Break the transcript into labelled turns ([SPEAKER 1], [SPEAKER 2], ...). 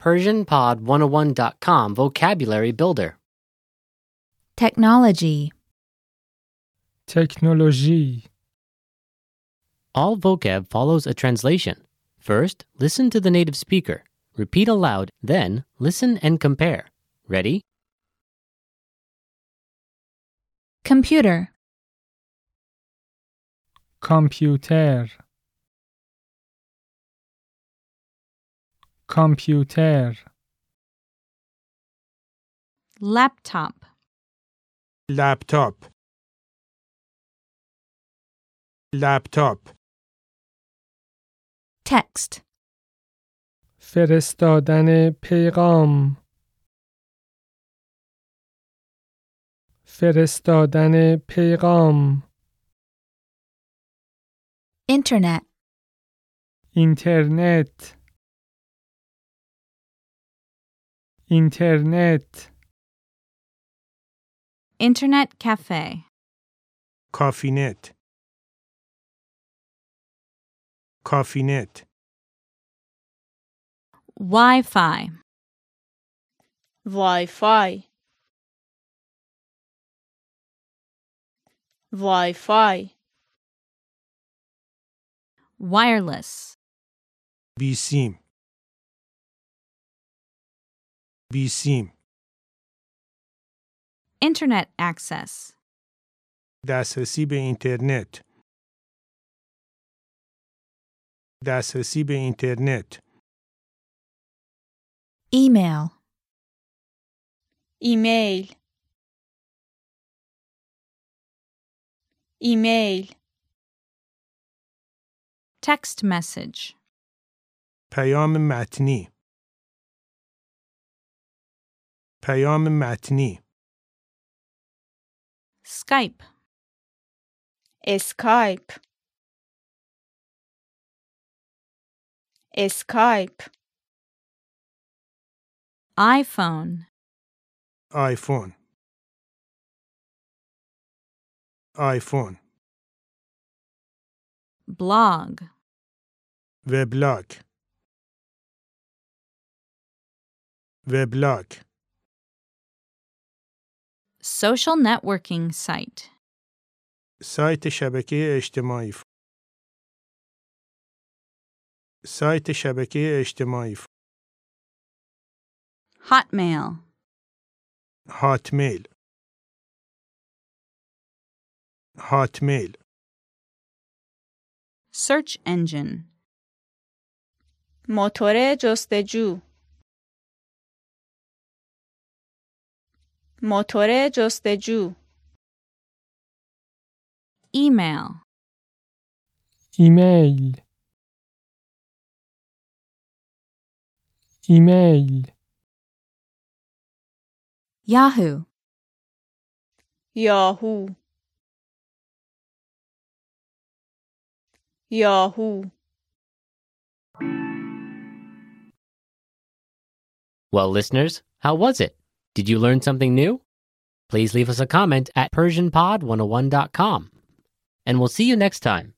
[SPEAKER 1] PersianPod101.com Vocabulary Builder.
[SPEAKER 2] Technology.
[SPEAKER 3] تکنولوژی
[SPEAKER 1] All vocab follows a translation. First, listen to the native speaker. Repeat aloud, then, listen and compare. Ready?
[SPEAKER 2] Computer.
[SPEAKER 3] کامپیوتر کامپیوتر
[SPEAKER 2] Laptop.
[SPEAKER 4] لپتاپ لپتاپ
[SPEAKER 2] Text.
[SPEAKER 3] فرستادن پیغام فرستادن پیغام
[SPEAKER 2] Internet.
[SPEAKER 3] اینترنت اینترنت
[SPEAKER 2] Internet cafe.
[SPEAKER 4] کافینت کافینت
[SPEAKER 2] Wi Fi.
[SPEAKER 5] Wi-Fi. Wi-Fi.
[SPEAKER 2] Wireless.
[SPEAKER 4] بیسیم بیسیم
[SPEAKER 2] Internet access.
[SPEAKER 4] دسترسی به اینترنت دسترسی به اینترنت
[SPEAKER 2] Email.
[SPEAKER 5] Email. Email.
[SPEAKER 2] Text message.
[SPEAKER 4] پیام متنی پیام متنی
[SPEAKER 2] Skype.
[SPEAKER 5] Skype. Skype.
[SPEAKER 2] iPhone.
[SPEAKER 4] آیفون آیفون
[SPEAKER 2] Blog.
[SPEAKER 4] وبلاگ وبلاگ
[SPEAKER 2] Social networking site.
[SPEAKER 4] سایت شبکه اجتماعی ف- سایت شبکه اجتماعی ف-
[SPEAKER 2] Hotmail.
[SPEAKER 4] هاتمیل هاتمیل
[SPEAKER 2] Search engine.
[SPEAKER 5] موتور جستجو. موتور جستجو.
[SPEAKER 2] Email.
[SPEAKER 3] ایمیل ایمیل
[SPEAKER 2] Yahoo.
[SPEAKER 5] یاهو. یاهو.
[SPEAKER 1] Well, listeners, how was it? Did you learn something new? oh Please leave us a comment at PersianPod101.com. And we'll see you next time.